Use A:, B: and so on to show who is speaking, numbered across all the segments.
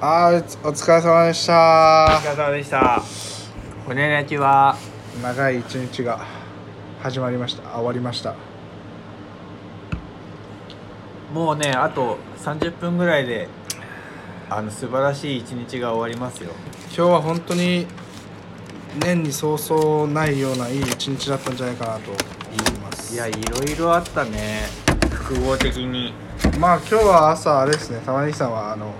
A: あーお疲れ様でした
B: お疲れ様でした骨抜きは
A: 長い一日が始まりましたあ終わりました
B: もうねあと30分ぐらいであの素晴らしい一日が終わりますよ
A: 今日は本当に年にそうそうないようないい一日だったんじゃないかなと思います
B: いやいろいろあったね複合的に
A: まあ今日は朝あれですね玉ねぎさんはあの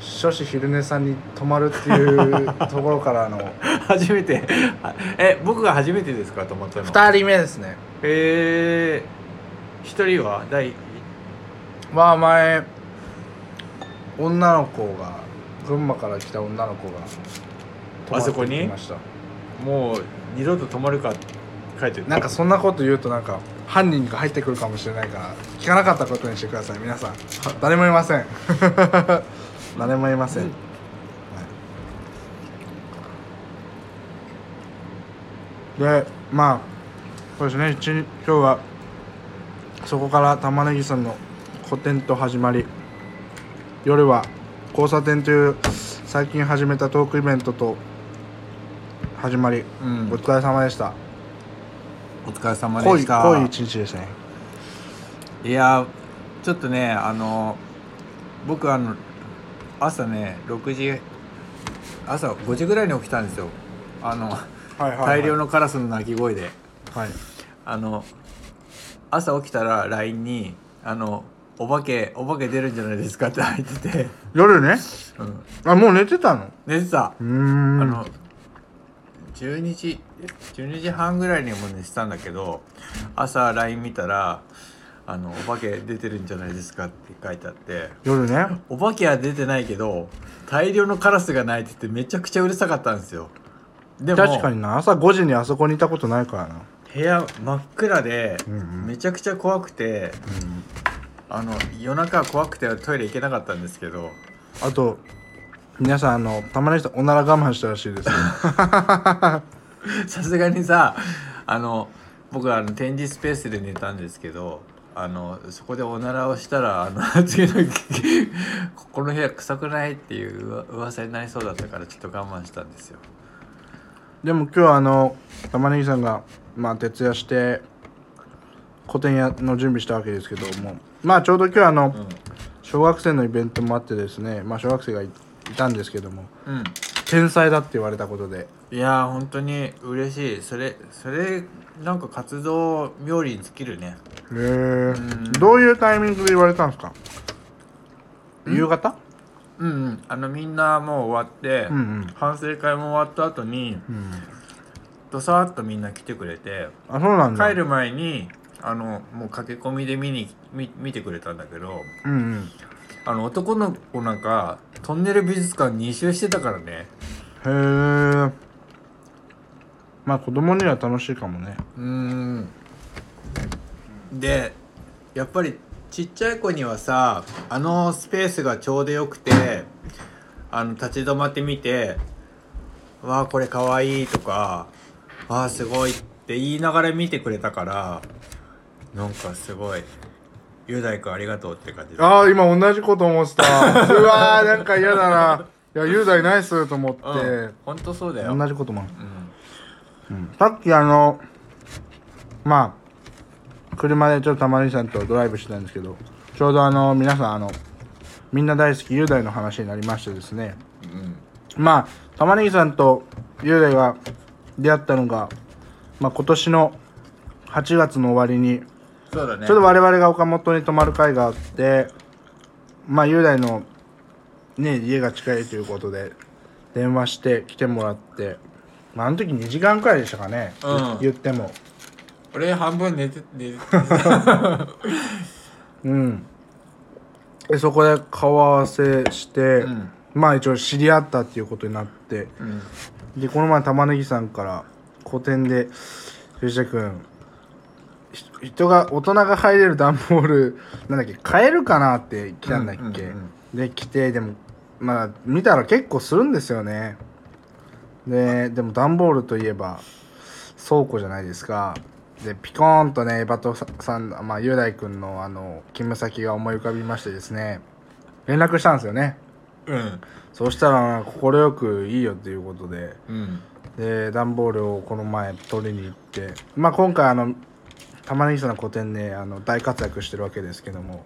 A: 諸子昼寝さんに泊まるっていうところから の
B: 初めてあえ僕が初めてですかと思ったの
A: 2人目ですね
B: えー、1人は第
A: まあ前女の子が群馬から来た女の子が泊
B: あ
A: ま
B: そこ
A: ってき
B: に
A: ました
B: もう二度と止まるか書いてる
A: なんかそんなこと言うとなんか犯人が入ってくるかもしれないから聞かなかったことにしてください皆さん誰もいませ ん誰もいません、はいでまあそうですね一日今日はそこから玉ねぎさんの個展と始まり夜は交差点という最近始めたトークイベントと始まり、
B: うん
A: お疲れ様でした
B: お疲れ様
A: 濃い濃い一日でしたね
B: いやーちょっとねあの僕あの朝ね6時朝5時ぐらいに起きたんですよあの、
A: はいはい、
B: 大量のカラスの鳴き声で
A: はい
B: あの朝起きたら LINE にあの「お化けお化け出るんじゃないですか」って入ってて、
A: 夜ね
B: うん、
A: あもう寝てたの
B: 寝てた
A: うー
B: あ
A: ん
B: の12時12時半ぐらいにも寝てたんだけど朝 LINE 見たら「あのお化け出てるんじゃないですか」って書いてあって
A: 夜ね
B: お化けは出てないけど大量のカラスが鳴いててめちゃくちゃうるさかったんですよでも
A: 確かにな朝5時にあそこにいたことないからな
B: 部屋真っ暗で
A: うんうん
B: めちゃくちゃ怖くて、あの夜中怖くてトイレ行けなかったんですけど
A: あと皆さんあのたまに人おなら我慢したらしいです よ
B: さすがにさあの僕はあの展示スペースで寝たんですけどあのそこでおならをしたらあの 次の日ここの部屋臭くないっていううわ噂になりそうだったからちょっと我慢したんですよ
A: でも今日はあの玉ねぎさんがまあ徹夜して個展やの準備したわけですけどもまあちょうど今日はあの、小学生のイベントもあってですねまあ小学生がいいたんですけども
B: うん
A: 天才だって言われたことで
B: いやー本当に嬉しいそれそれなんか活動冥利に尽きるね
A: へえどういうタイミングで言われたんですか夕方
B: うん、うん、あのみんなもう終わって、
A: うんうん
B: 反省会も終わった後に
A: うん
B: どさっとみんな来てくれて
A: あそうなんだ
B: 帰る前にあのもう駆け込みで見に見見てくれたんだけど
A: うんうん
B: あの男の子なんかトンネル美術館2周してたからね
A: へえまあ子供には楽しいかもね
B: うーんでやっぱりちっちゃい子にはさあのスペースがちょうどよくてあの立ち止まってみて「わあこれかわいい」とか「わあすごい」って言いながら見てくれたからなんかすごい「雄大君ありがとう」って感じだ
A: ああ今同じこと思ってたうわーなんか嫌だないや雄大ナイスと思って、
B: うん、ほんとそうだよ、
A: 同じこともある、
B: うん
A: さっきあのまあ車でちょっとたまりさんとドライブしてたんですけどちょうどあの皆さんあのみんな大好き雄大の話になりましてですね
B: うん、
A: まあ、玉ねぎさんと雄大が出会ったのが、まあ、今年の8月の終わりに、
B: そうだね
A: ちょっと我々が岡本に泊まる会があって、まあ、雄大の、ね、家が近いということで、電話して来てもらって、まあ、あの時2時間くらいでしたかね、
B: うん
A: 言っても。
B: 俺半分寝て寝て
A: うん。でそこで顔合わせして、
B: ん
A: まあ一応知り合ったっていうことになって、
B: うん
A: でこの前玉ねぎさんから個展で藤田君ひ人が大人が入れる段ボールなんだっけ買えるかなって来たんだっけ、
B: うんうん
A: で来てでもまあ見たら結構するんですよねででも段ボールといえば倉庫じゃないですかでピコーンとねバトさん、まあ、雄大君のあの勤務先が思い浮かびましてですね連絡したんですよね
B: うん
A: そしたら快くいいよっていうことで
B: うん
A: で段ボールをこの前取りに行ってまあ今回あの玉ねぎさんの個展ねあの大活躍してるわけですけども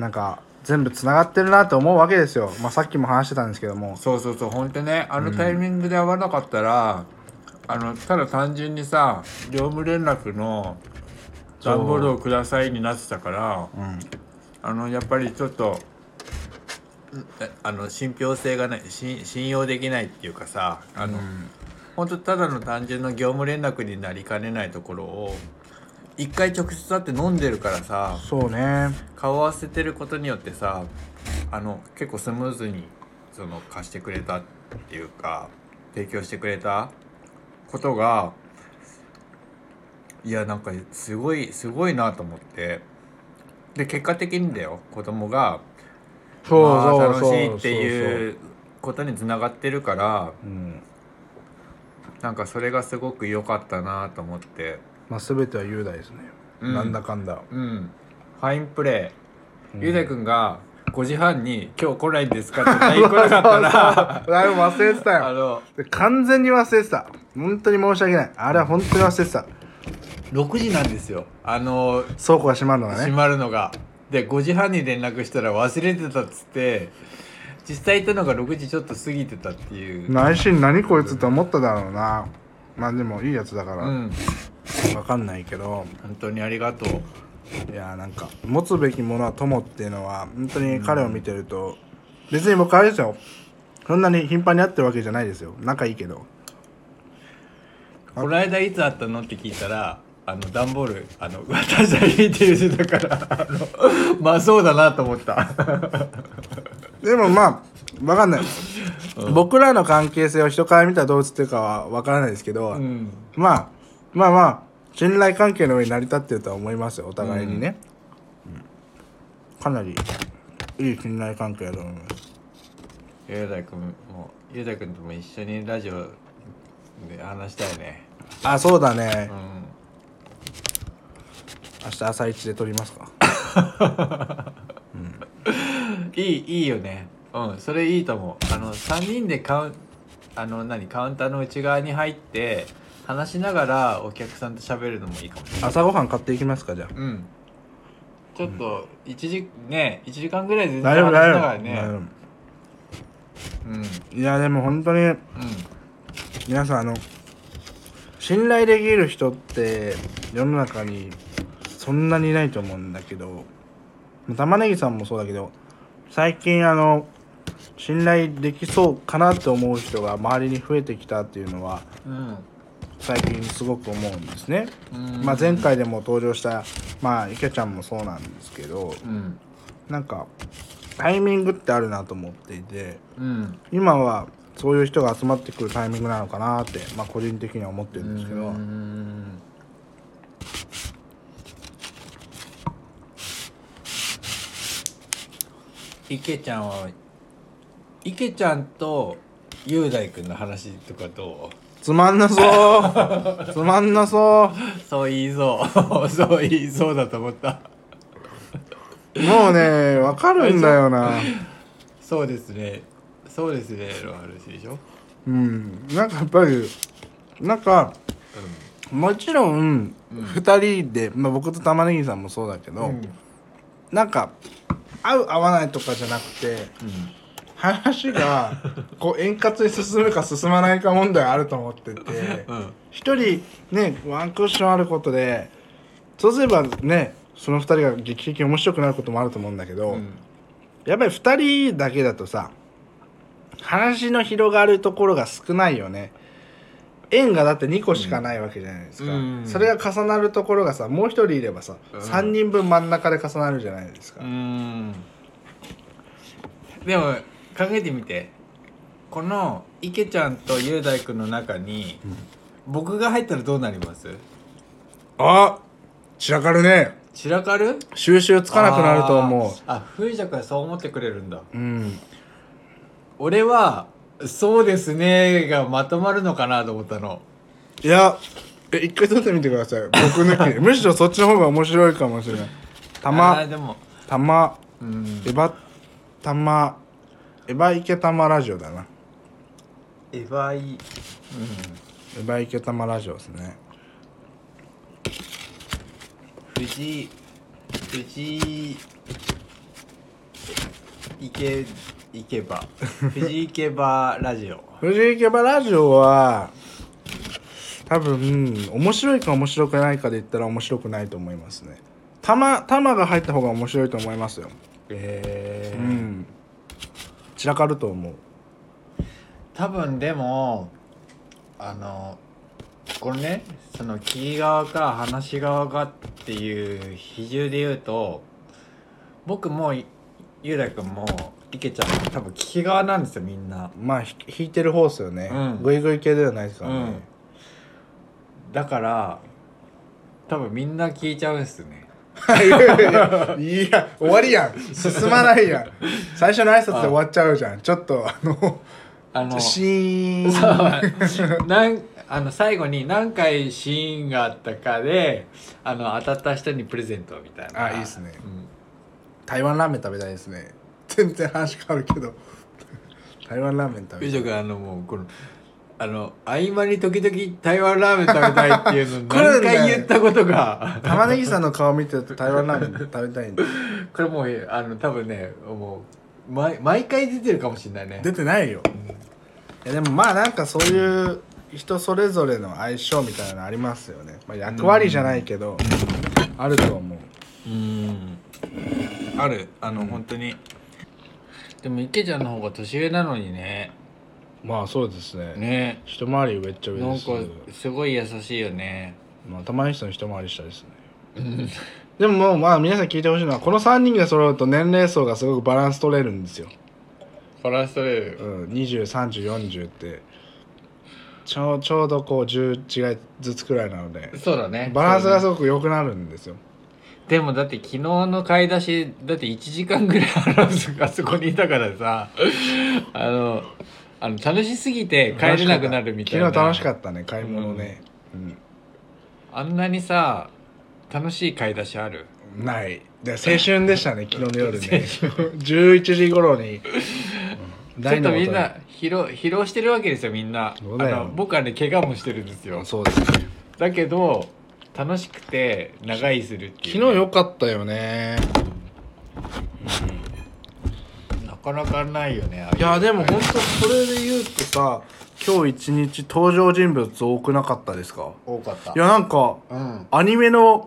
A: なんか全部つながってるなと思うわけですよ、まあ、さっきも話してたんですけども
B: そうそうそう本当ねあのタイミングで会わなかったら、あのただ単純にさ業務連絡の
A: そう
B: 段ボールをくださいになってたから、
A: ん
B: あのやっぱりちょっとんえあの信憑性がない信信用できないっていうかさあの、本当ただの単純な業務連絡になりかねないところを一回直接会って飲んでるからさ
A: そうね
B: 顔合わせてることによってさあの結構スムーズにその貸してくれたっていうか提供してくれたことがいやなんかすごいすごいなと思ってで結果的にだよ子供が
A: そう
B: あー
A: そう
B: 楽し
A: そう
B: いって
A: そう
B: いうことにつながってるから
A: そう、うん
B: なんかそれがすごく良かったなと思って
A: まあ、全ては雄大ですね、
B: うん
A: なんだかんだ
B: うんファインプレー、ゆうたくんが5時半に「今日来ないんですか?」って LINE 来なかった ら。
A: だいぶ忘れてた
B: あ
A: よ
B: の
A: 完全に忘れてた本当に申し訳ないあれは本当に忘れてた
B: 6時なんですよあの
A: 倉庫が閉まるのが
B: 閉
A: ね
B: まるのがで5時半に連絡したら忘れてたっつって実際行ったのが6時ちょっと過ぎてたっていう
A: 内心何こいつって思っただろうなまあでもいいやつだか
B: う
A: ら、わ
B: ん
A: かんないけど
B: 本当にありがとう
A: いやーなんか持つべきものは友っていうのは本当に彼を見てると、別に僕あれですよそんなに頻繁に会ってるわけじゃないですよ仲いいけど
B: この間いつ会ったのって聞いたらあの段ボールあの私は引いてるしだからあのまあそうだなと思った
A: でもまあわかんない、僕らの関係性を人から見たらどう映ってるかはわからないですけど、
B: うん
A: まあまあまあ信頼関係の上に成り立ってるとは思いますよお互いにね、うんかなりいい信頼関係だと思います
B: 雄大君も雄大君とも一緒にラジオで話したいね
A: あそうだね
B: うん
A: 明日朝一で撮りますか
B: いいいいよねうんそれいいと思うあの3人でカウンあの何カウンターの内側に入って話しながらお客さんと喋るのもいいかも
A: 朝ごはん買っていきますかじゃあ
B: うんちょっと1時、ね1時間ぐらい全然
A: 大丈
B: 話し
A: 夫
B: な
A: 大
B: がら
A: 丈夫、
B: ね
A: 大丈
B: うんうん
A: 夫いやでも本当に皆さんあの信頼できる人って世の中にそんなにいないと思うんだけど玉ねぎさんもそうだけど最近あの信頼できそうかなって思う人が周りに増えてきたっていうのは
B: うん
A: 最近すごく思うんですね、
B: うん
A: まあ、前回でも登場したまあ池ちゃんもそうなんですけど
B: うん
A: なんかタイミングってあるなと思っていて
B: うん
A: 今はそういう人が集まってくるタイミングなのかなって、まあ、個人的には思ってるんですけど、
B: うん池ちゃんは池ちゃんと雄大君の話とかど
A: つまんなそうつまんなそう
B: そう言いそう そう言いそうだと思った
A: うもうねわかるんだよな
B: そうですねそうですねの話でしょ
A: うんなんかやっぱりなんかもちろん2人で、まあ、僕と玉ねぎさんもそうだけど、
B: うん
A: なんか合う合わないとかじゃなくて話がこう円滑に進むか進まないか問題あると思ってて
B: うんうん
A: 一人ねワンクッションあることでそうすればねその二人が劇的に面白くなることもあると思うんだけど、
B: うん
A: やっぱり二人だけだとさ話の広がるところが少ないよね円がだって2個しかないわけじゃないですか、
B: うん
A: それが重なるところがさもう一人いればさ、
B: うん
A: 三3人分真ん中で重なるじゃないですか、
B: うんでも考えてみてこの池ちゃんと雄大君の中に、僕が入ったらどうなります
A: あ散らかるね
B: 散らかる
A: 収集つかなくなると思
B: あーあ風邪はそう思ってくれるんだ
A: ううん
B: 俺は「そうですね」がまとまるのかなと思ったの
A: いやえ一回撮ってみてください僕抜き むしろそっちの方が面白いかもしれない
B: あー
A: 玉
B: でも
A: 玉
B: うん
A: エバ玉エヴァイケタマラジオだな
B: エヴァイ
A: エヴァイケタマラジオですね
B: 藤井藤井いけいけば藤井いけばラジオ
A: 藤井キャバラジオは多分面白いか面白くないかで言ったら面白くないと思いますね玉玉が入った方が面白いと思いますよ
B: ええ
A: うん散らかると思う
B: 多分でもあのこれねその聞き側か話し側かっていう比重で言うと僕もいゆうらくんもいけちゃんも多分聞き側なんですよみんな、
A: まあひ引いてる方ですよね、
B: うん
A: グイグイ系ではないですからね、
B: だから多分みんな聞いちゃうんですね
A: いやい やいや終わりやん進まないやん最初の挨拶で終わっちゃうじゃんちょっとあの
B: あの
A: シーン
B: そう なんあの最後に何回シーンがあったかであの当たった人にプレゼントみたいな
A: あいいっすね
B: うん
A: 台湾ラーメン食べたいですね全然話変わるけど 台湾ラーメン食べ
B: 美
A: たい
B: 女があのもうこのあの合間に時々台湾ラーメン食べたいっていうの
A: 来る
B: 何
A: んだよ
B: 回言ったことが
A: 玉ねぎさんの顔見てると台湾ラーメン食べた いんで
B: これもうあの多分ねもう毎毎回出てるかもしれないね
A: 出てないよいやでもまあなんかそういう人それぞれの相性みたいなのありますよね、まあ、役割じゃないけどあると思う
B: うんあるあの、本当にでも池ちゃんの方が年上なのにね
A: まあそうですね
B: ね
A: 一回り上っちゃ上
B: な
A: で
B: ん
A: す
B: かすごい優しいよね
A: まあ、たまに人の一回り下ですねでももうまあ皆さん聞いてほしいのはこの3人が揃うと年齢層がすごくバランス取れるんですよ、
B: バランス取れ
A: う
B: る
A: ん、203040ってちょうちょうどこう10違いずつくらいなので
B: そうだね
A: バランスがす
B: そう
A: ごく良くなるんですよ
B: でもだって昨日の買い出しだって1時間ぐらいあそこにいたからさあのあの楽しすぎて帰れなくなるみたいな
A: 昨日楽しかったね買い物ね、
B: あんなにさ楽しい買い出しある
A: うんないで青春でしたね昨日の夜ね 11時頃に、うん
B: ちょっと
A: 大
B: み
A: 音
B: んな疲労疲労してるわけですよみんな
A: そうだよ
B: あの僕はね怪我もしてるんですよ
A: そうですね
B: だけど楽しくて長居するっていう
A: 昨日良かったよね
B: なかなかないよねああう
A: いやでも本当それで言うとさ今日一日登場人物多くなかったですか
B: 多かっ
A: い
B: た
A: やなんか
B: うん
A: アニメの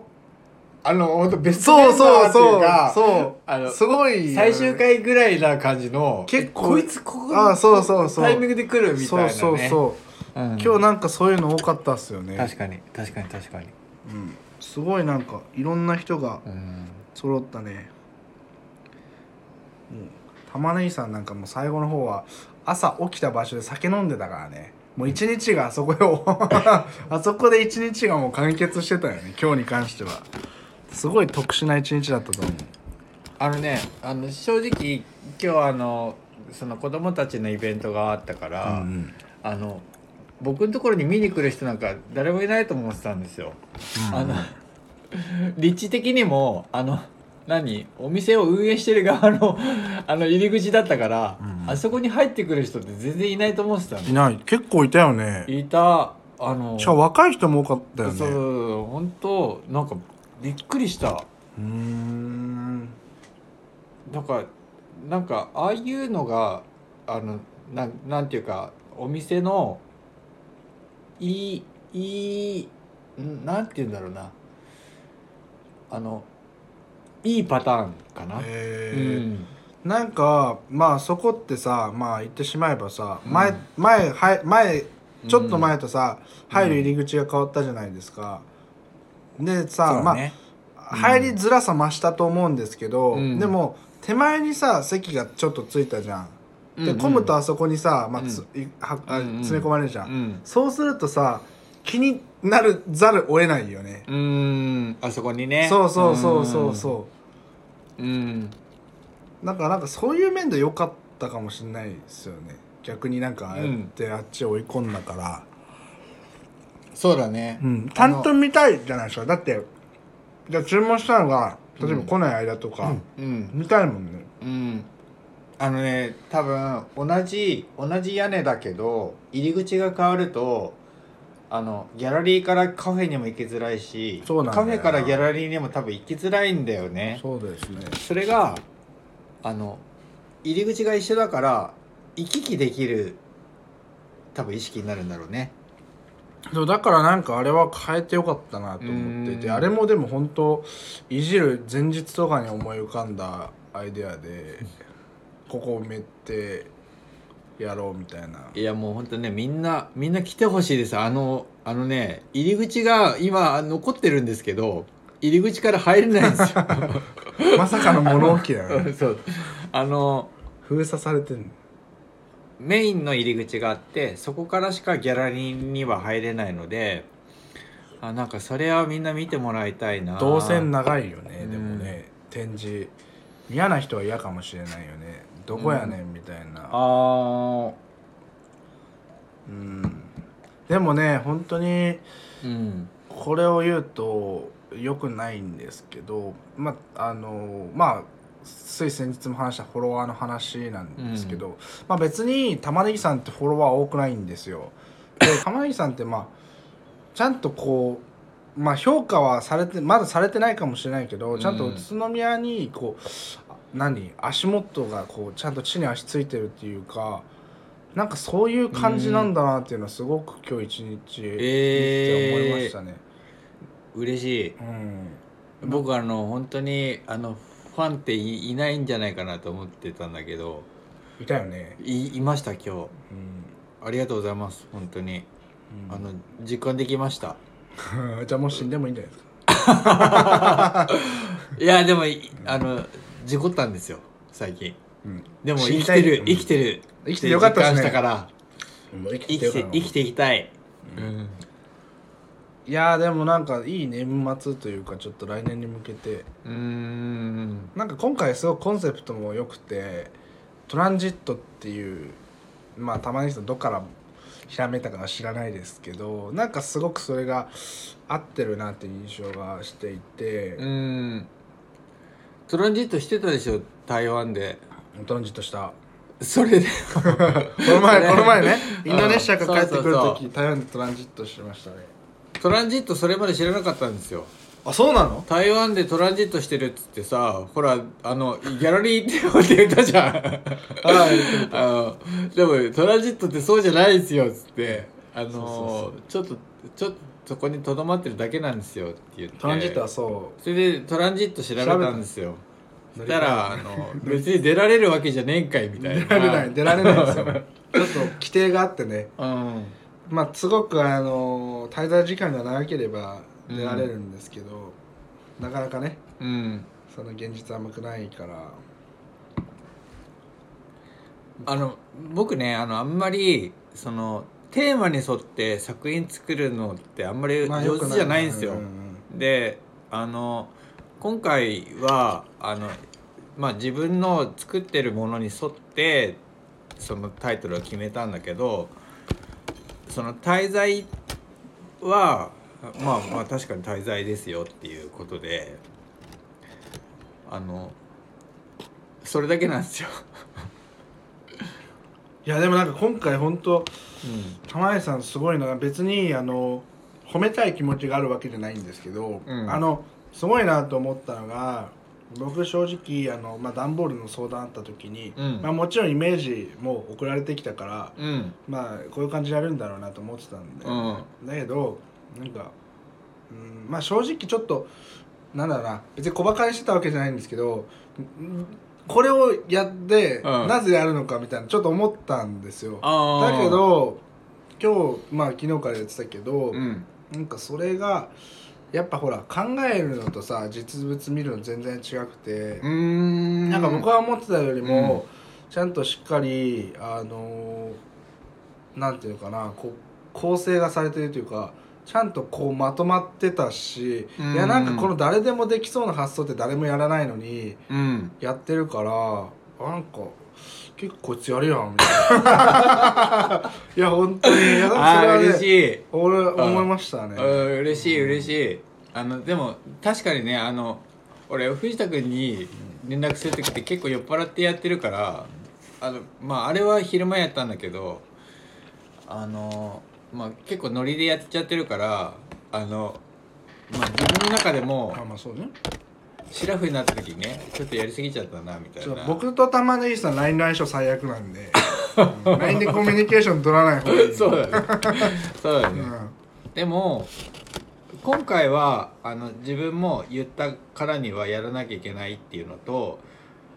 B: あの本当別
A: そうそう
B: ってい
A: そうそう
B: あの
A: すごいよね
B: 最終回ぐらいな感じの
A: 結構
B: こいつここ
A: あそうそうそう
B: タイミングで来るみたいな
A: そう
B: ね、
A: そうそう
B: ん、
A: う今日なんかそういうの多かったっすよね
B: 確かに確かに確かに
A: うんすごいなんかいろんな人が
B: うん
A: 揃ったねもう玉ねぎさんなんかもう最後の方は朝起きた場所で酒飲んでたからねもう一日があそこで あそこで一日がもう完結してたよね今日に関してはすごい特殊な一日だったと思う
B: あのねあの正直今日あのその子供たちのイベントがあったから、あの僕のところに見に来る人なんか誰もいないと思ってたんですよ。あの 立地的にもあの何お店を運営してる側のあの入り口だったから、
A: うん
B: あそこに入ってくる人って全然いないと思ってた
A: い
B: の。
A: ない結構いたよね
B: いたあの
A: しかも若い人も多かったよね
B: そう
A: う
B: 本当なんかびっくりした。
A: ーん
B: なんかなんかああいうのがあのなんなんていうかお店のいいいいんなんて言うんだろうなあのいいパターンかな、
A: え
B: う
A: ー
B: ん、
A: なんかまあそこってさまあ言ってしまえばさ、
B: うん
A: 前前はい前ちょっと前とさ、
B: うん
A: 入る入り口が変わったじゃないですか。でさ、
B: そう
A: ま
B: だ
A: あ
B: ねうん
A: 入りづらさ増したと思うんですけど、
B: うん
A: でも手前にさ席がちょっとついたじゃん。
B: うんう
A: で
B: ん
A: 混むとあそこにさ、まあついはあ
B: うんうん
A: 詰め込まれるじゃん,、
B: うん
A: そうするとさ気になるざるを得ないよね。
B: うんあそこにね
A: そうそうそうそうそう。
B: うん、うん、
A: なんかなんかそういう面で良かったかもしれないですよね逆になんかああやってあっち追い込んだから、
B: そうだね、
A: うん、担当見たいじゃないですかだってじゃあ注文したのが例えば来ない間とか、
B: うん
A: 見たいもんね
B: うんあのね多分同じ同じ屋根だけど入り口が変わるとあのギャラリーからカフェにも行きづらいし
A: そうなんだ
B: カ
A: よ
B: フ
A: な
B: ェからギャラリーにも多分行きづらいんだよね
A: そうですね
B: それがあの入り口が一緒だから行き来できる多分意識になるんだろうね
A: そうだからなんかあれは変えてよかったなと思って
B: う
A: て
B: ん
A: あれもでも本当いじる前日とかに思い浮かんだアイデアでここ埋めてやろうみたいない
B: やもうほんとねみんなみんな来てほしいですあのあのね入り口が今残ってるんですけど入り口から入れないんですよ
A: まさかの物置だよね
B: そうあの
A: 封鎖されてんの
B: メインの入り口があってそこからしかギャラリーには入れないのであなんかそれはみんな見てもらいたいな
A: 動線長いよね
B: うん
A: でもね展示嫌な人は嫌かもしれないよねどこやねんみたいな
B: ああ
A: うんでもね本当に
B: うん
A: これを言うと良くないんですけどまああのまあつい先日も話したフォロワーの話なんですけど、まあ別に玉ねぎさんってフォロワー多くないんですよ。 で玉ねぎさんってまあちゃんとこうまあ評価はされてまだされてないかもしれないけどちゃんと
B: うん
A: 宇都宮にこう、あ何足元がこうちゃんと地に足ついてるっていうかなんかそういう感じなんだなっていうのはすごく今日一日見てて思いましたね。
B: 嬉しい
A: うん、
B: 僕あの本当にあのファンっていいないんじゃないかなと思ってたんだけど
A: いたよね。
B: いいました今日
A: うん
B: ありがとうございます本当にあの実感できました
A: じゃあもう死んでもいいんじゃないですか。
B: いやでもいあの事故ったんですよ最近
A: うん、
B: でも
A: 死
B: 生
A: に
B: き
A: たい
B: てる
A: うん
B: 生きてる
A: 生きてよかったですね
B: 実感したから
A: もう生
B: 生きて生き
A: て
B: ていきたいうん
A: いやーでもなんかいい年末というかちょっと来年に向けて
B: うーん
A: なんか今回すごくコンセプトも良くてトランジットっていうまあたまに人どっからひらめいたかは知らないですけどなんかすごくそれが合ってるなっていう印象がしていて
B: う、ーんトランジットしてたでしょ台湾で
A: トランジットした
B: それで
A: この前
B: ね
A: この前ねインドネシアから帰ってくる
B: そう
A: と
B: そうそ
A: き台湾でトランジットしましたね
B: トランジットそれまで知らなかったんですよ
A: あそうなの
B: 台湾でトランジットしてるっつってさほらあのギャラリー行ってよって言ったじ ゃん あのでもトランジットってそうじゃないですよっつってあの
A: そう
B: ちょっとちょっとそこにとどまってるだけなんですよって言って
A: トランジットはそ
B: それでトランジット調べたんですよ
A: 調
B: そ
A: べ
B: したたらあの別に出られるわけじゃねえんかいみた
A: う
B: いな
A: 出られない出られない ですよちょっと規定があってね
B: うん
A: まあすごくあの滞在時間が長ければ出られるんですけど、なかなかね
B: うん
A: その現実は甘くないから
B: あの僕ねあのあんまりそのテーマに沿って作品作るのってあんまり
A: まあ
B: 上手じゃないんですよ、
A: ううん
B: であの今回はあの、まあ、自分の作ってるものに沿ってそのタイトルを決めたんだけどその滞在はまあまあ確かに滞在ですよっていうことであのそれだけなんですよ。
A: いやでもなんか今回本当玉井さんすごいのが別にあの褒めたい気持ちがあるわけじゃないんですけど、
B: うん
A: あのすごいなと思ったのが僕正直あの、まあ、段ボールの相談あった時に、
B: うん
A: まあ、もちろんイメージも送られてきたから、
B: うん
A: まあ、こういう感じでやるんだろうなと思ってたんで、
B: うん
A: だけどなんか、うん、まあ正直ちょっとなんだろうな別に小馬鹿にしてたわけじゃないんですけどうんこれをやって、
B: うん
A: なぜやるのかみたいなちょっと思ったんですよ。
B: あー
A: だけど今日まあ昨日からやってたけど、
B: うん
A: なんかそれがやっぱほら考えるのとさ実物見るの全然違くて、
B: うーん
A: なんか僕は思ってたよりも、ちゃんとしっかりあのーなんていうのかなこう構成がされてるというかちゃんとこうまとまってたし、
B: うん
A: いやなんかこの誰でもできそうな発想って誰もやらないのに
B: うん
A: やってるからなんか結構こいつやるやんみたい ないや本当にいや
B: あ
A: それ
B: あ
A: はね
B: 嬉しい
A: 俺思いましたね、
B: うん嬉しい嬉しいあのでも確かにねあの俺藤田君に連絡する時って結構酔っ払ってやってるからあのまああれは昼間やったんだけどあのまあ結構ノリでやっちゃってるからあのまあ自分の中でも
A: あまあそうね
B: シラフになった時ねちょっとやりすぎちゃったなみたい
A: ちょ
B: な
A: 僕と玉ねぎさん LINE の相性最悪なんでうん LINE でコミュニケーション取らない方がいい
B: そうだねそうだね、
A: うん
B: でも今回はあの自分も言ったからにはやらなきゃいけないっていうのと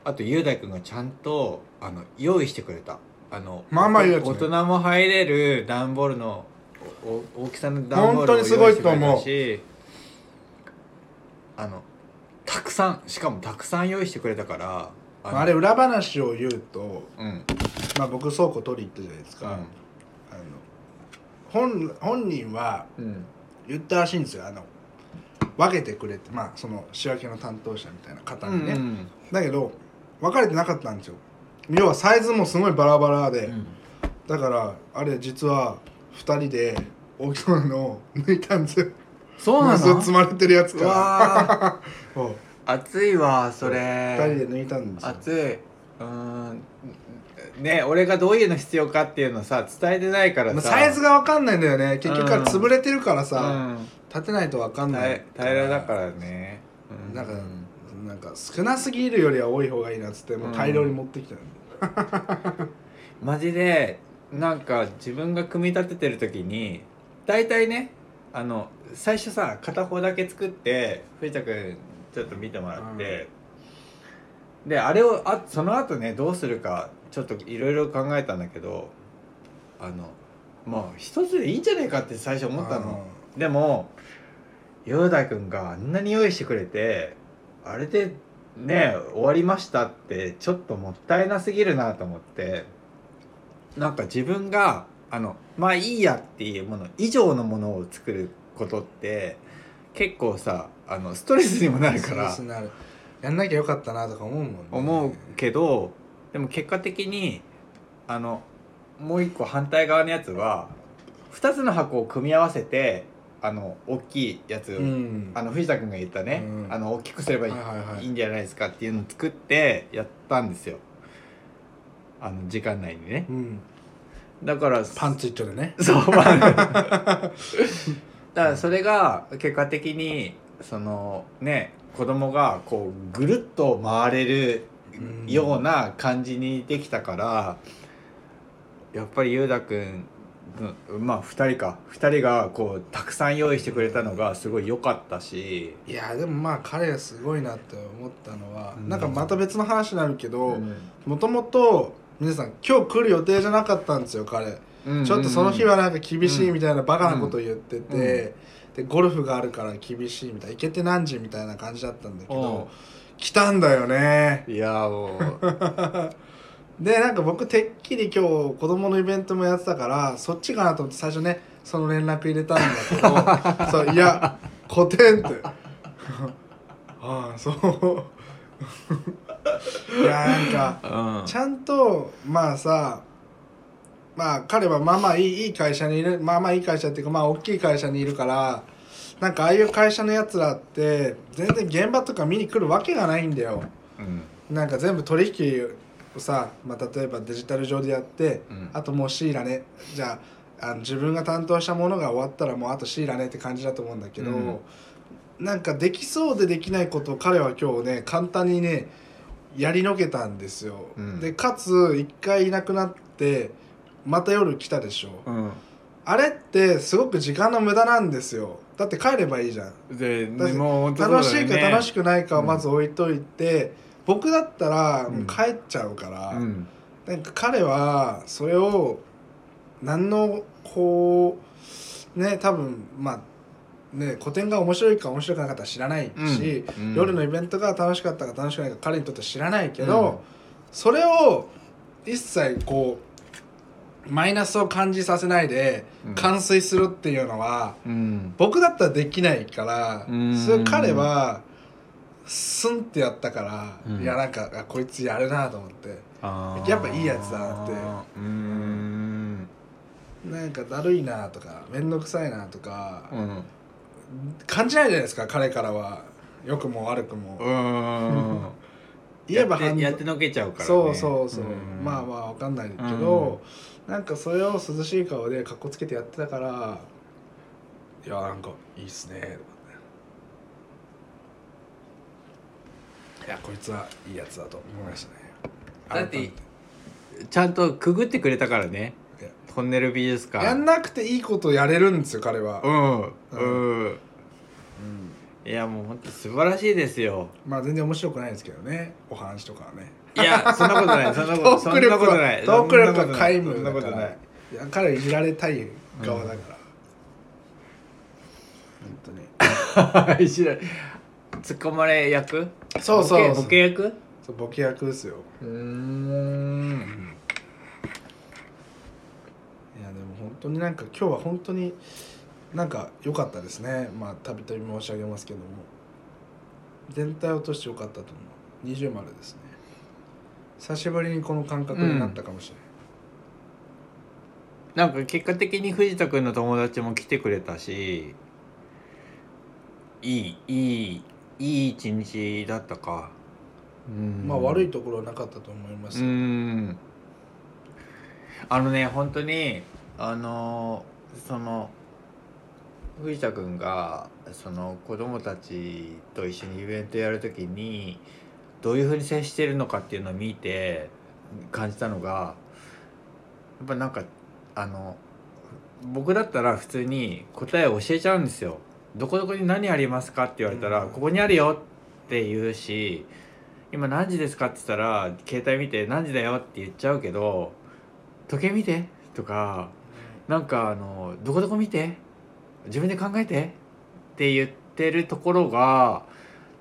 B: あと雄大君がちゃんとあの用意してくれたあの
A: まあまあいいやつね
B: 大人も入れる段ボールのおお大きさの段ボー
A: 本
B: ル
A: 当
B: を
A: にすご
B: 用意
A: い
B: して
A: と
B: くれ
A: 思う
B: たしあのたくさんしかもたくさん用意してくれたから
A: あ
B: の
A: れ裏話を言うと、
B: うん
A: まあ、僕倉庫取り行ったじゃないですか、あの本本人は
B: うん
A: 言ったらしいんですよあの分けてくれってまあその仕分けの担当者みたいな方にね、
B: うん
A: だけど分かれてなかったんですよ要はサイズもすごいバラバラで、
B: うん
A: だからあれ実は2人で大きなのを抜いたんですよ
B: そうな
A: そう
B: の
A: 積まれてるやつ
B: う
A: か
B: わー
A: ら2
B: 暑いわそれ
A: 人で抜いたんですよ
B: 暑いうーんね俺がどういうの必要かっていうのさ伝えてないから
A: まあ
B: さ
A: サイズが分かんないんだよね結局は潰れてるから
B: う
A: さ、
B: ん
A: 立てないと分かんな
B: 平
A: い
B: 平らだからねう
A: なんかなんか少なすぎるよりは多い方がいいなっつってもう大量に持ってきたの、
B: マジでなんか自分が組み立ててる時に大体ねあの最初さ片方だけ作って藤田君ちょっと見てもらって、であれをあその後ねどうするかちょっといろいろ考えたんだけどあのまあ一つでいいんじゃねえかって最初思ったの。でもヨダ君があんなに用意してくれてあれでね終わりましたってちょっともったいなすぎるなと思ってなんか自分があのまあいいやっていうもの以上のものを作ることって結構さあのストレスにもな
A: あー
B: るから
A: そうなるやんなきゃよかったなとか思うもんね
B: 思うけどでも結果的にあのもう一個反対側のやつは2つの箱を組み合わせてあの大きいやつ、
A: うん
B: あの藤田君が言ったね、
A: うん
B: あの大きくすればいい,、
A: はいはいはい
B: いんじゃないですかっていうのを作ってやったんですよあの時間内にね
A: うん
B: だから
A: パンツ一丁でね
B: そうまあ だからそれが結果的にそのね子供がこうぐるっと回れる
A: うん
B: ような感じにできたから、やっぱり裕太君のまあ2人か2人がこうたくさん用意してくれたのがすごい良かったし、
A: いやでもまあ彼はすごいなって思ったのは、
B: うん
A: なんかまた別の話になるけど
B: うん
A: もともと皆さん今日来る予定じゃなかったんですよ彼、ちょっとその日はなんか厳しいみたいなバカなこと言ってて、
B: うん
A: でゴルフがあるから厳しいみたいな行けて何時みたいな感じだったんだけ
B: お
A: ど
B: う
A: 来たんだよね
B: いやもう
A: でなんか僕てっきり今日子供のイベントもやってたからそっちかなと思って最初ねその連絡入れたんだけどそういや古典って ああそう いやなんか
B: うん
A: ちゃんとまあさまあ彼はまあまあいいいい会社にいるまあまあいい会社っていうかまあ大きい会社にいるからなんかああいう会社のやつらって全然現場とか見に来るわけがないんだよ。
B: うん
A: なんか全部取引をさ、まあ、例えばデジタル上でやって、
B: うん
A: あともう強いらねじゃああの自分が担当したものが終わったらもうあと強いらねって感じだと思うんだけど、
B: うん
A: なんかできそうでできないことを彼は今日ね簡単にねやりのけたんですよ。
B: うん
A: でかつ一回いなくなってまた夜来たでしょ。あれってすごく時間の無駄なんですよ。だって帰ればいいじゃん。
B: で
A: だって
B: もう本当そうだ
A: 楽し
B: よ
A: い
B: ね
A: か楽しくないかはまず置いといて、僕だったらもう帰っちゃうから、
B: うん
A: なんか彼はそれを何のこうね多分まあね古典が面白いか面白くなかったら知らないし、
B: うんうん
A: 夜のイベントが楽しかったか楽しくないか彼にとっては知らないけど、それを一切こうマイナスを感じさせないで
B: うん
A: 完遂するっていうのは、
B: うん
A: 僕だったらできないから
B: うん
A: それ彼はスンってやったから、
B: うん
A: いやなんかあこいつやるなと思って
B: あー
A: やっぱいいやつだなって
B: うーん
A: なんかだるいなとか面倒くさいなとか、
B: うん
A: 感じないじゃないですか彼からは良くも悪くも、
B: うーん
A: 言えば
B: やっ
A: 半
B: てやっ
A: 分
B: てのけちゃうからね
A: そうそうそう、
B: ん
A: まあまあわかんないけど、なんかそれを涼しい顔でかっこつけてやってたからいやなんかいいっすねとかねいやこいつはいいやつだと思いましたね
B: だって
A: 改め
B: ちゃんとくぐってくれたからね
A: いや
B: トンネル美術館
A: やんなくていいことやれるんですよ彼は、
B: うんうん、いやもう本当素晴らしいですよ
A: まあ全然面白くないんですけどねお話とかはね
B: いやそんなこと ないそんなこ
A: ト
B: と
A: ー
B: そ
A: ク
B: んな
A: 力
B: ことない
A: はトーク力は
B: そんなこ
A: 皆無だか
B: とないそんなこと
A: ら
B: ない
A: いや彼はいじられたい側だから、本当に
B: いじられ 突っ込まれ役
A: そうそう
B: ボケボケ役
A: そうボケ役ですよ
B: うん
A: いやでも本当になんか今日は本当になんか良かったですねまあたびたび申し上げますけども全体を通して良かったと思う20丸ですね久しぶりにこの感覚になったかもしれない、
B: なんか結果的に藤田君の友達も来てくれたしいいいいいい一日だったかうん
A: まあ悪いところはなかったと思います、
B: うんあのね本当にあのその藤田君がその子供たちと一緒にイベントやるときにどういうふうに接してるのかっていうのを見て感じたのがやっぱなんかあの僕だったら普通に答えを教えちゃうんですよ。どこどこに何ありますかって言われたら、
A: うん
B: ここにあるよって言うし今何時ですかって言ったら携帯見て何時だよって言っちゃうけど時計見てとかなんかあのどこどこ見て自分で考えてって言ってるところが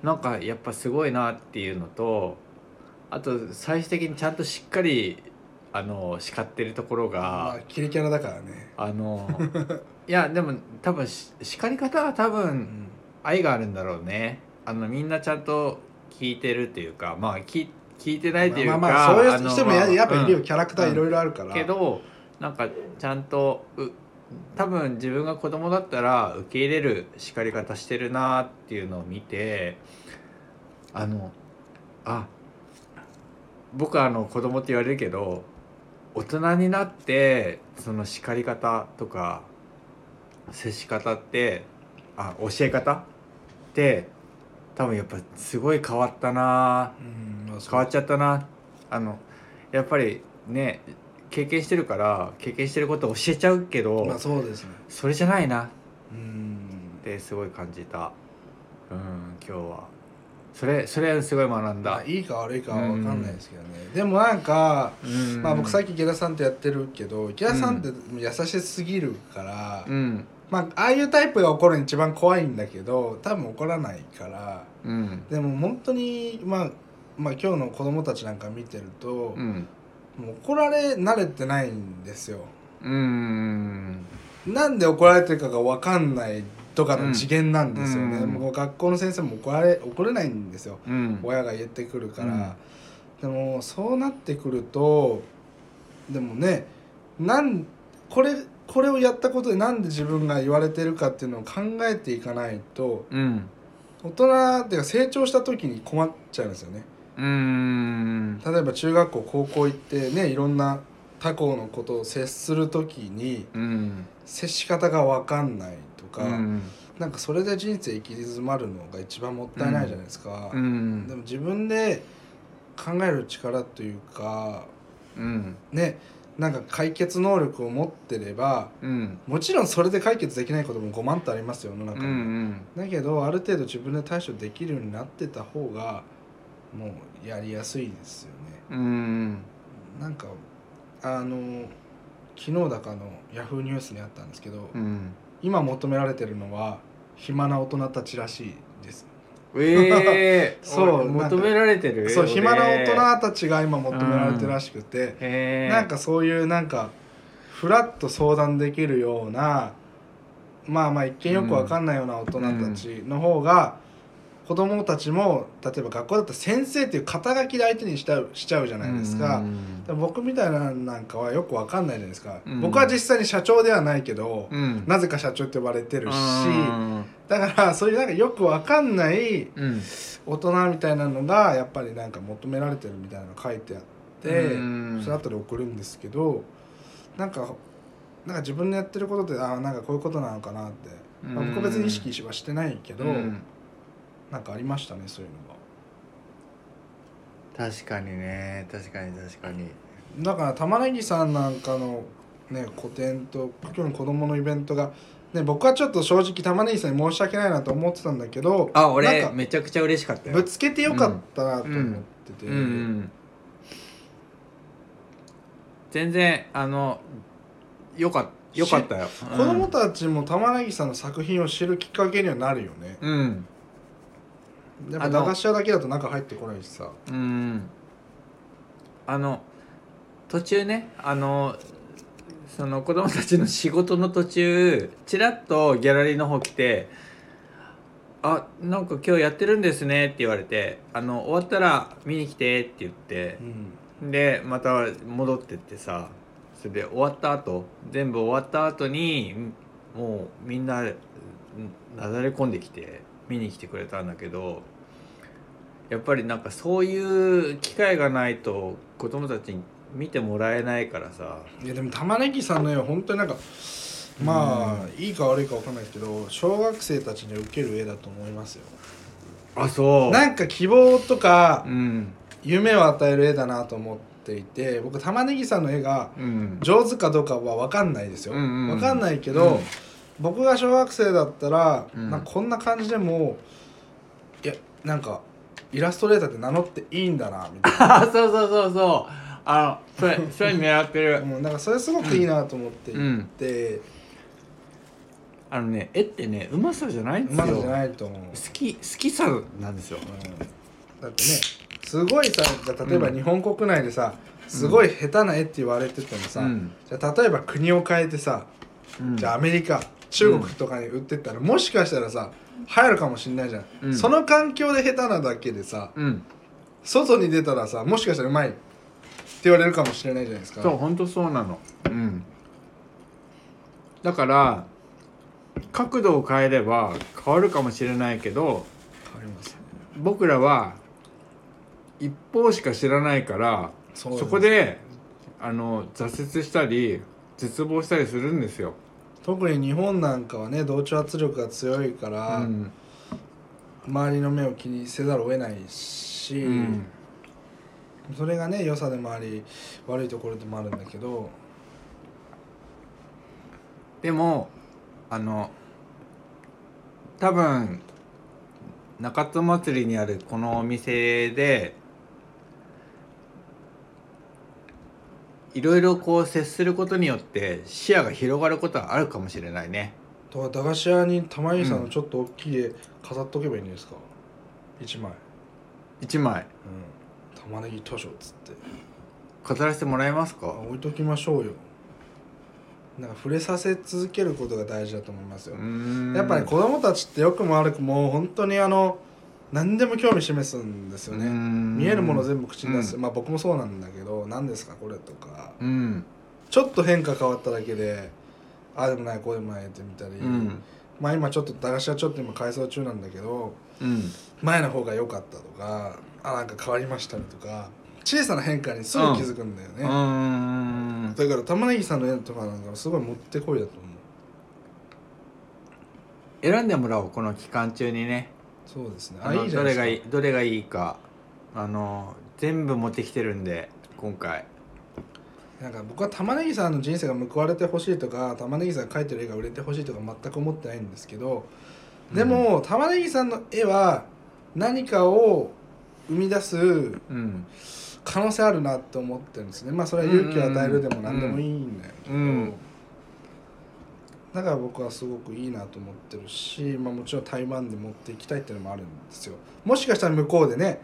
B: なんかやっぱすごいなっていうのとあと最終的にちゃんとしっかりあの叱ってるところ
A: ま
B: が
A: あキレキャラだからね、
B: あのいやでも多分し叱り方は多
A: う
B: 分
A: ん
B: 愛があるんだろうねあのみんなちゃんと聞いてるっていうかまあ聞聞いてないっていう
A: ま
B: か
A: あまあそういう人も
B: あの
A: や
B: まあ
A: やっぱいるよ、
B: うん
A: キャラクターいろいろあるから、
B: けどなんかちゃんとう多分自分が子供だったら受け入れる叱り方してるなっていうのを見てあのあ僕はあの子供って言われるけど大人になってその叱り方とか接し方ってあ教え方って多分やっぱすごい変わったな
A: うんまあそう
B: 変わっちゃったなあのやっぱりね経験してるから経験してることを教えちゃうけど、
A: まあそうですね
B: それじゃないなっ
A: うん
B: てすごい感じたうん今日はそれそれすごい学ん
A: ま
B: だ
A: あ、いいか悪いかは分かんないですけどね、でもなんか、
B: うん
A: まあ、僕最近池田さんとやってるけど池田さんって優しすぎるから、
B: うん
A: まあ、ああいうタイプが怒るの一番怖いんだけど多分怒らないから
B: うん
A: でも本当にまあまあ今日の子供たちなんか見てると、
B: うん
A: もう怒られ慣れてないんですよ
B: うん
A: なんで怒られてるかが分かんないとかの次元なんですよね、
B: うん
A: もう学校の先生も怒られ怒れないんですよ
B: うん
A: 親が言ってくるから、でもそうなってくるとでもねなんこれこれをやったことでなんで自分が言われてるかっていうのを考えていかないと
B: うん
A: 大人っていうか成長した時に困っちゃうんですよね
B: うん
A: 例えば中学校高校行ってねいろんな他校のことを接する時に
B: うん
A: 接し方が分かんないとか、
B: うん
A: なんかそれで人生行き詰まるのが一番もったいないじゃないですか、
B: うん
A: でも自分で考える力というか
B: うん
A: ねなんか解決能力を持ってれば
B: うん
A: もちろんそれで解決できないことも5万とありますよ世の中
B: う
A: に、
B: ん
A: だけどある程度自分で対処できるようになってた方がもうやりやすいですよね
B: うん
A: なんかあの昨日だかのヤフーニュースにあったんですけど、
B: うん
A: 今求められてるのは暇な大人たちらしいです
B: え え
A: そう
B: お
A: なんか
B: 求められてる
A: そう
B: 俺
A: 暇な大人たちが今求められてるらしくて、
B: へえ
A: なんかそういうなんかフラッと相談できるようなまあまあ一見よくわかんないような大人たちの方が子供たちも例えば学校だったら先生っていう肩書きで相手にしちゃうしちゃうじゃないですか、
B: うん
A: でも僕みたいななんかはよくわかんないじゃないですか、
B: うん
A: 僕は実際に社長ではないけど、
B: うん
A: なぜか社長って呼ばれてるし、
B: うん
A: だからそういうなんかよくわかんない
B: うん
A: 大人みたいなのがやっぱりなんか求められてるみたいなの書いてあって、
B: うん
A: その後で送るんですけどなんかなんか自分のやってることってああんかこういうことなのかなって、まあ
B: うん
A: 僕は別に意識はしてないけど、
B: うん
A: なんかありましたねそういうのが。
B: 確かにね確かに確かに
A: だから玉ねぎさんなんかのね個展と今日の子供のイベントが、ね、僕はちょっと正直玉ねぎさんに申し訳ないなと思ってたんだけど
B: あ
A: な
B: 俺
A: んか
B: めちゃくちゃ嬉しかったよ
A: ぶつけてよかったなと思ってて、
B: うん全然あのよかよかったよ
A: 子供たちも玉ねぎさんの作品を知るきっかけにはなるよね
B: うんうん
A: でも
B: あの
A: 駄菓子屋だけだと中入ってこないしさ
B: うんあの途中ねあのその子供たちの仕事の途中ちらっとギャラリーの方来て「あなんか今日やってるんですね」って言われて「あの終わったら見に来て」って言って
A: うん
B: でまた戻ってってさそれで終わった後全部終わった後にんもうみんなうんなだれ込んできて見に来てくれたんだけどやっぱりなんかそういう機会がないと子供たちに見てもらえないからさ
A: いやでも玉ねぎさんの絵は本当になんかまあ、いいか悪いか分かんないけど小学生たちに受ける絵だと思いますよ
B: あそ
A: なんか希望とか
B: うん
A: 夢を与える絵だなと思っていて僕玉ねぎさんの絵が
B: うん
A: 上手かどうかは分かんないですよ、
B: うんうんうん
A: 分かんないけど、
B: うん
A: 僕が小学生だったら、
B: うん
A: なんかこんな感じでもいやなんかイラストレーターって名乗っていいんだなみ たい
B: あそうそうそうそうあのそれそれ狙って
A: な、
B: る
A: うん、なんかそれすごくいいなと思っていて、
B: うん
A: う
B: あのね絵ってねうまさじゃないんです
A: ま
B: よ
A: だじゃ
B: 好
A: ないと思う、
B: き好きさなんですよ
A: うん、だってねすごいさじゃあ例えば
B: うん
A: 日本国内でさ、すごい下手な絵って言われててもさ、
B: うん
A: じゃあ例えば国を変えてさ、
B: うん
A: じゃあアメリカ中国とかに売ってったら、もしかしたらさ流行るかもしんないじゃん、
B: うん
A: その環境で下手なだけでさ
B: うん
A: 外に出たらさもしかしたらうまいって言われるかもしれないじゃないですか
B: そう本当そうなのうんだから角度を変えれば変わるかもしれないけど
A: 変わりますね
B: 僕らは一方しか知らないから
A: そ
B: そう
A: です
B: こであの挫折したり絶望したりするんですよ、
A: 特に日本なんかはね同調圧力が強いか
B: う
A: ら、
B: ん
A: 周りの目を気にせざるを得ないし、
B: うん、
A: それがね良さでもあり悪いところでもあるんだけど
B: でもあの多分中津祭りにあるこのお店でいろいろこう接することによって視野が広がることはあるかもしれないね
A: だから駄菓子屋に玉井さんのちょっと大きい絵飾っとけばいいんじゃないですか、一枚、
B: 一枚
A: うん、玉ねぎ図書っつって
B: 飾らせてもらえますか
A: あ置いときましょうよなんか触れさせ続けることが大事だと思いますよ、や
B: や
A: っぱり子供たちって良くも悪くも本当にあの何でも興味示すんですよね見えるもの全部口に出す、
B: うん
A: まあ僕もそうなんだけど何ですかこれとか
B: うん
A: ちょっと変化変わっただけでああでもないこうでもないってみたり、
B: うん
A: まあ今ちょっと駄菓子はちょっと今改装中なんだけど
B: うん
A: 前の方が良かったとかあなんか変わりましたねとか小さな変化にすぐ気づくんだよね、
B: うん
A: だから玉ねぎさんの絵とかなんかすごい持ってこいだと思う
B: 選んでもらおうこの期間中にね
A: そうですね
B: あ
A: あ
B: の
A: いいじゃ
B: ど
A: な
B: れ
A: い
B: がい
A: で
B: いどれがいいかあの全部持ってきてるんで今回
A: すかなんか僕は玉ねぎさんの人生が報われてほしいとか玉ねぎさんが描いてる絵が売れてほしいとか全く思ってないんですけどでも、玉ねぎさんの絵は何かを生み出す
B: うん
A: 可能性あるなと思ってるんですねまあそれは勇気を与えるでも何でもいいんだけど、
B: うん
A: だから僕はすごくいいなと思ってるし、まあ、もちろん台湾で持っていきたいっていうのもあるんですよもしかしたら向こうでね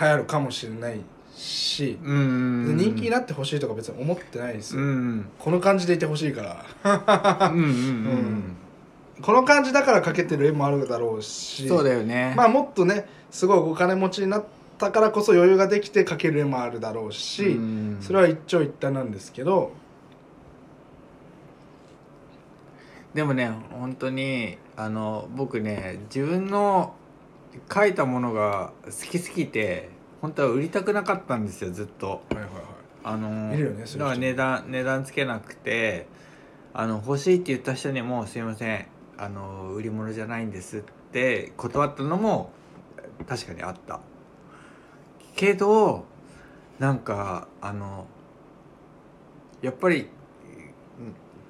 A: 流行るかもしれないし、
B: うん
A: で人気に
B: っ
A: なってほしいとか別に思ってないです
B: う
A: よ、
B: ん
A: この感じでいてほしいから
B: うんうんうんうん
C: この感じだから描けてる絵もあるだろうし
B: そうだよね、
C: まあもっとねすごいお金持ちになったからこそ余裕ができて描ける絵もあるだろうし、
B: うん
C: それは一長一短なんですけど
B: でもね本当にあの僕ね自分の書いたものが好きすぎて本当は売りたくなかったんですよずっと
C: はいはいはい
B: あの
C: いるよねそういう人
B: だから値段値段つけなくてあの欲しいって言った人にも「すいませんあの売り物じゃないんです」って断ったのも確かにあったけどなんかあのやっぱり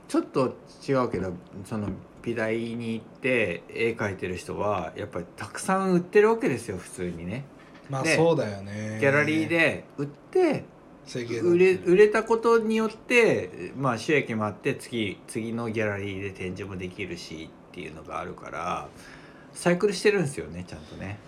B: ちょっと違うけどその美大に行って絵描いてる人はやっぱりたくさん売ってるわけですよ普通にね
C: まあ
B: で
C: そうだよね
B: ギャラリーで売って
C: 整形だって
B: 売れ売れたことによって、まあ、収益もあって次次のギャラリーで展示もできるしっていうのがあるからサイクルしてるんですよねちゃんとね。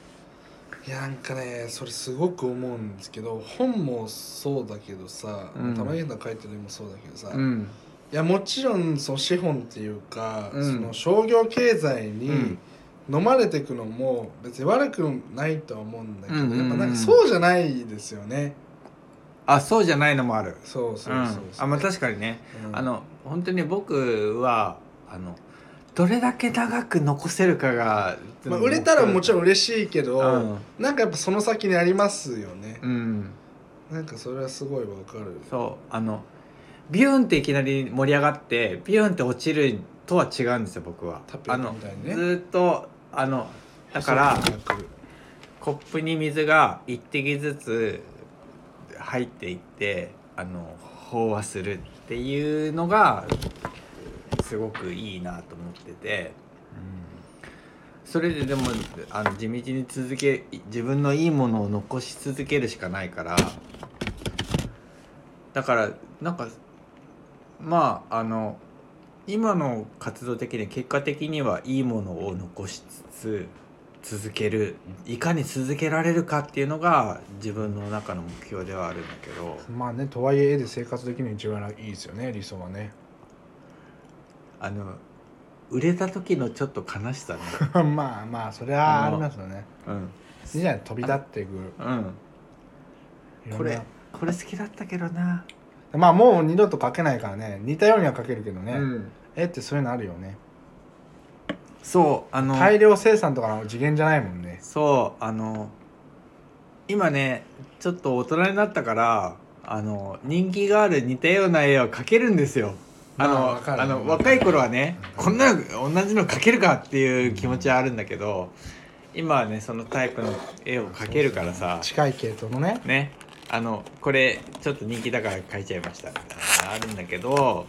C: いやなんかねそれすごく思うんですけど本もそうだけどさ、
B: うん
C: 玉井さん書いてるのもそうだけどさ、い
B: ん、
C: やもちろんその資本っていうか、
B: うん
C: その商業経済
B: う
C: に
B: ん
C: 飲まれていくのも別に悪くないとは思うんだけど、
B: うんうんうん
C: やっぱなんかそうじゃないですよね
B: あそうじゃないのもある。
C: そう
B: う
C: そ
B: ん
C: うそうそう、
B: あまあ確かにね、
C: うん
B: あの本当に僕はあのどれだけ長く残せるかが、
C: まあ、売れたらもちろ
B: ん、
C: ん嬉しいけど、
B: うん
C: なんかやっぱその先にありますよね、
B: うん、
C: なんかそれはすごいわかる
B: そうあのビューンっていきなり盛り上がってビューンって落ちるとは違うんですよ僕は
C: タピオ
B: あ
C: カ
B: の
C: みたいに
B: ず
C: ね
B: ーっとあのだから
C: そうそう
B: コップに水が一滴ずつ入っていってあの飽和するっていうのがすごくいいなと思ってて、それででもあの地道に続け自分のいいものを残し続けるしかないからだからなんかまああの今の活動的に結果的にはいいものを残しつつ続けるいかに続けられるかっていうのが自分の中の目標ではあるんだけど
A: まあねとはいえ絵で生活できるの一番いいですよね理想はね
B: あの売れた時のちょっと悲しさね、
A: まあまあそれはありますよね
B: うん
A: いいじゃない飛び立っていくい
B: うん、
A: ろんな
B: これこれ好きだったけどな、
A: まあもう二度と描けないからね似たようには描けるけどね、
B: うん、
A: 絵ってそういうのあるよね
B: そうあの
A: 大量生産とかの次元じゃないもんね
B: そうあの今ねちょっと大人になったからあの人気がある似たような絵を描けるんですよ。あの,、
C: まあわかる
B: あの若い頃はねこんなの同じの描けるかっていう気持ちはあるんだけど今はねそのタイプの絵を描けるからさ
A: 近い系統のね
B: ねあのこれちょっと人気だから描いちゃいましたみたいなのがあるんだけど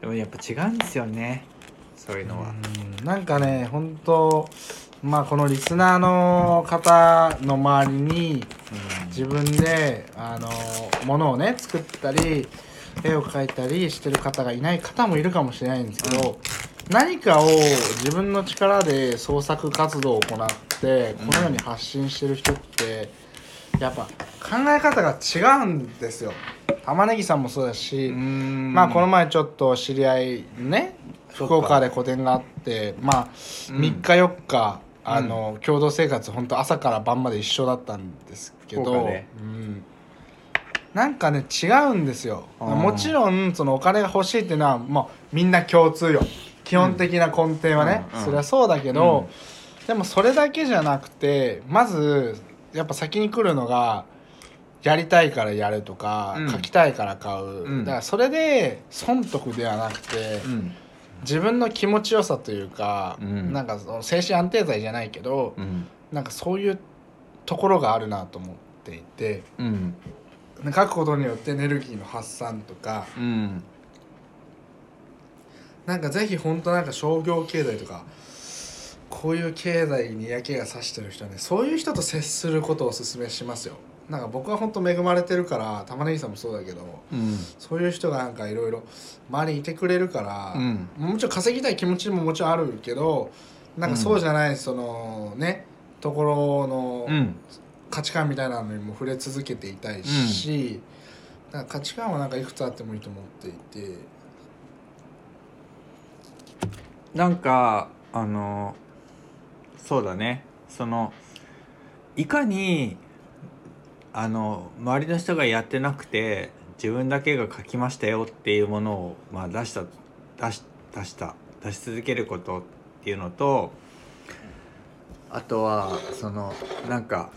B: でもやっぱ違うんですよねそういうのは。
A: うんなんかね本当まあこのリスナーの方の周りに自分であのものをね作ったり絵を描いたりしてる方がいない方もいるかもしれないんですけど、何かを自分の力で創作活動を行ってこのように発信してる人ってやっぱ考え方が違うんですよ。玉ねぎさんもそうだし、
B: うん
A: まあこの前ちょっと知り合いね
B: そっ
A: 福
B: か
A: 岡で個展があってまあ
B: うん
A: 3日4日、あの共同生活本当朝から晩まで一緒だったんですけ
B: 福岡
A: ど、
B: で
A: うん、なんかね違うんですよ
B: あー
A: もちろんそのお金が欲しいっていうのはもうみんな共通よ基本的な根底はね、
B: うんうん
A: それはそうだけど、でもそれだけじゃなくてまずやっぱ先に来るのがやりたいからやるとか、
B: うん
A: 書きたいから買う、
B: うん
A: だからそれで損得ではなくて、
B: うん
A: 自分の気持ちよさというか、
B: うん
A: なんかその精神安定剤じゃないけど、
B: うん
A: なんかそういうところがあるなと思っていて
B: うん
A: 書くことによってエネルギーの発散とか
B: うん
A: なんかぜひ本当なんか商業経済とかこういう経済に嫌気がさしてる人はねそういう人と接することをお勧めしますよなんか僕は本当恵まれてるから玉ねぎさんもそうだけど
B: うん
A: そういう人がなんかいろいろ周りにいてくれるから、
B: うん
A: もちろん稼ぎたい気持ちももちろんあるけどなんかそうじゃない、そのねところの
B: うん
A: 価値観みたいなのにも触れ続けていたいし、なんか価値観はなんかいくつあってもいいと思っていて
B: なんかあのそうだねそのいかにあの周りの人がやってなくて自分だけが書きましたよっていうものを、まあ、出した出し出した出し続けることっていうのとあとはそのなんか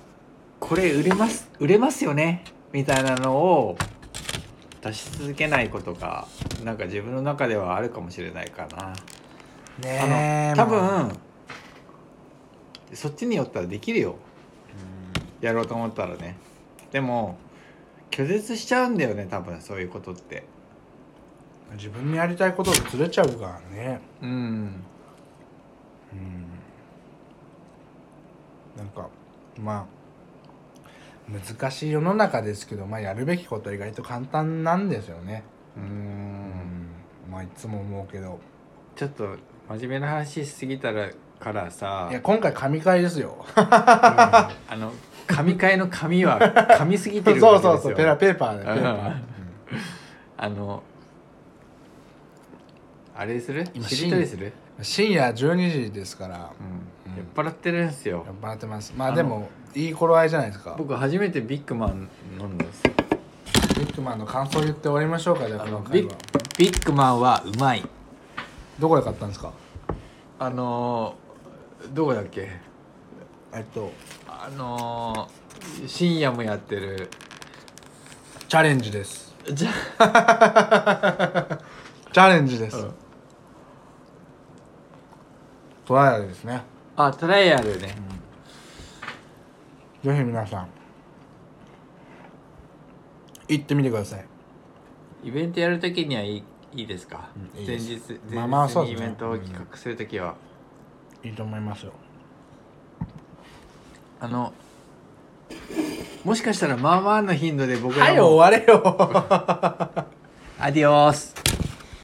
B: これ売れます売れますよねみたいなのを出し続けないことがなんか自分の中ではあるかもしれないかな。あ
C: ね
B: の多分そっちによったらできるよやろうと思ったらねでも拒絶しちゃうんだよね多分そういうことって
A: 自分にやりたいことがずれちゃうからね
B: うん
A: うんなんかまあ難しい世の中ですけど、まあ、やるべきことは意外と簡単なんですよね
B: う
A: うんんまあいつも思うけど
B: ちょっと真面目な話しすぎたらからさ
A: いや今回神回ですよ
B: あの神会の神 は神すぎてる
A: そう
B: わけです
A: そうそ
B: よ
A: うペラペーパーでペーパー、
B: うんあのあれする
A: 今
B: しりとりする、
A: うん深夜12時ですから
B: うん
A: うん
B: 酔っ払ってるんですよ
A: 酔っ払ってますま
B: あ
A: あ
B: の
A: でもいい頃合いじゃないですかビ
B: 僕初めてビッグマン飲んだんですよ
A: ッグマンの感想言って終わりましょうかじゃあ
B: あ
A: こ
B: の
A: の回
B: ビッ
A: は
B: ビッグマンはうまい
A: どこで買ったんですか
B: あのーどこだっけ
A: えっと
B: あのー深夜もやってる
A: チャレンジです
B: じゃ
A: チャレンジです、
B: うん
A: トライアルですね
B: あトライアルね
A: ぜひ皆さん行ってみてください
B: イベントやるときにはいいいいですか、
A: うんいいです
B: 前日
A: ま
B: 前
A: あまあ
B: 日
A: そうで
B: にイ
A: すね
B: ベントを企画するときは、
A: いいと思いますよ
B: あのもしかしたらまあまあの頻度で僕
A: は
B: ら
A: い終
B: も
A: われよ
B: アディオース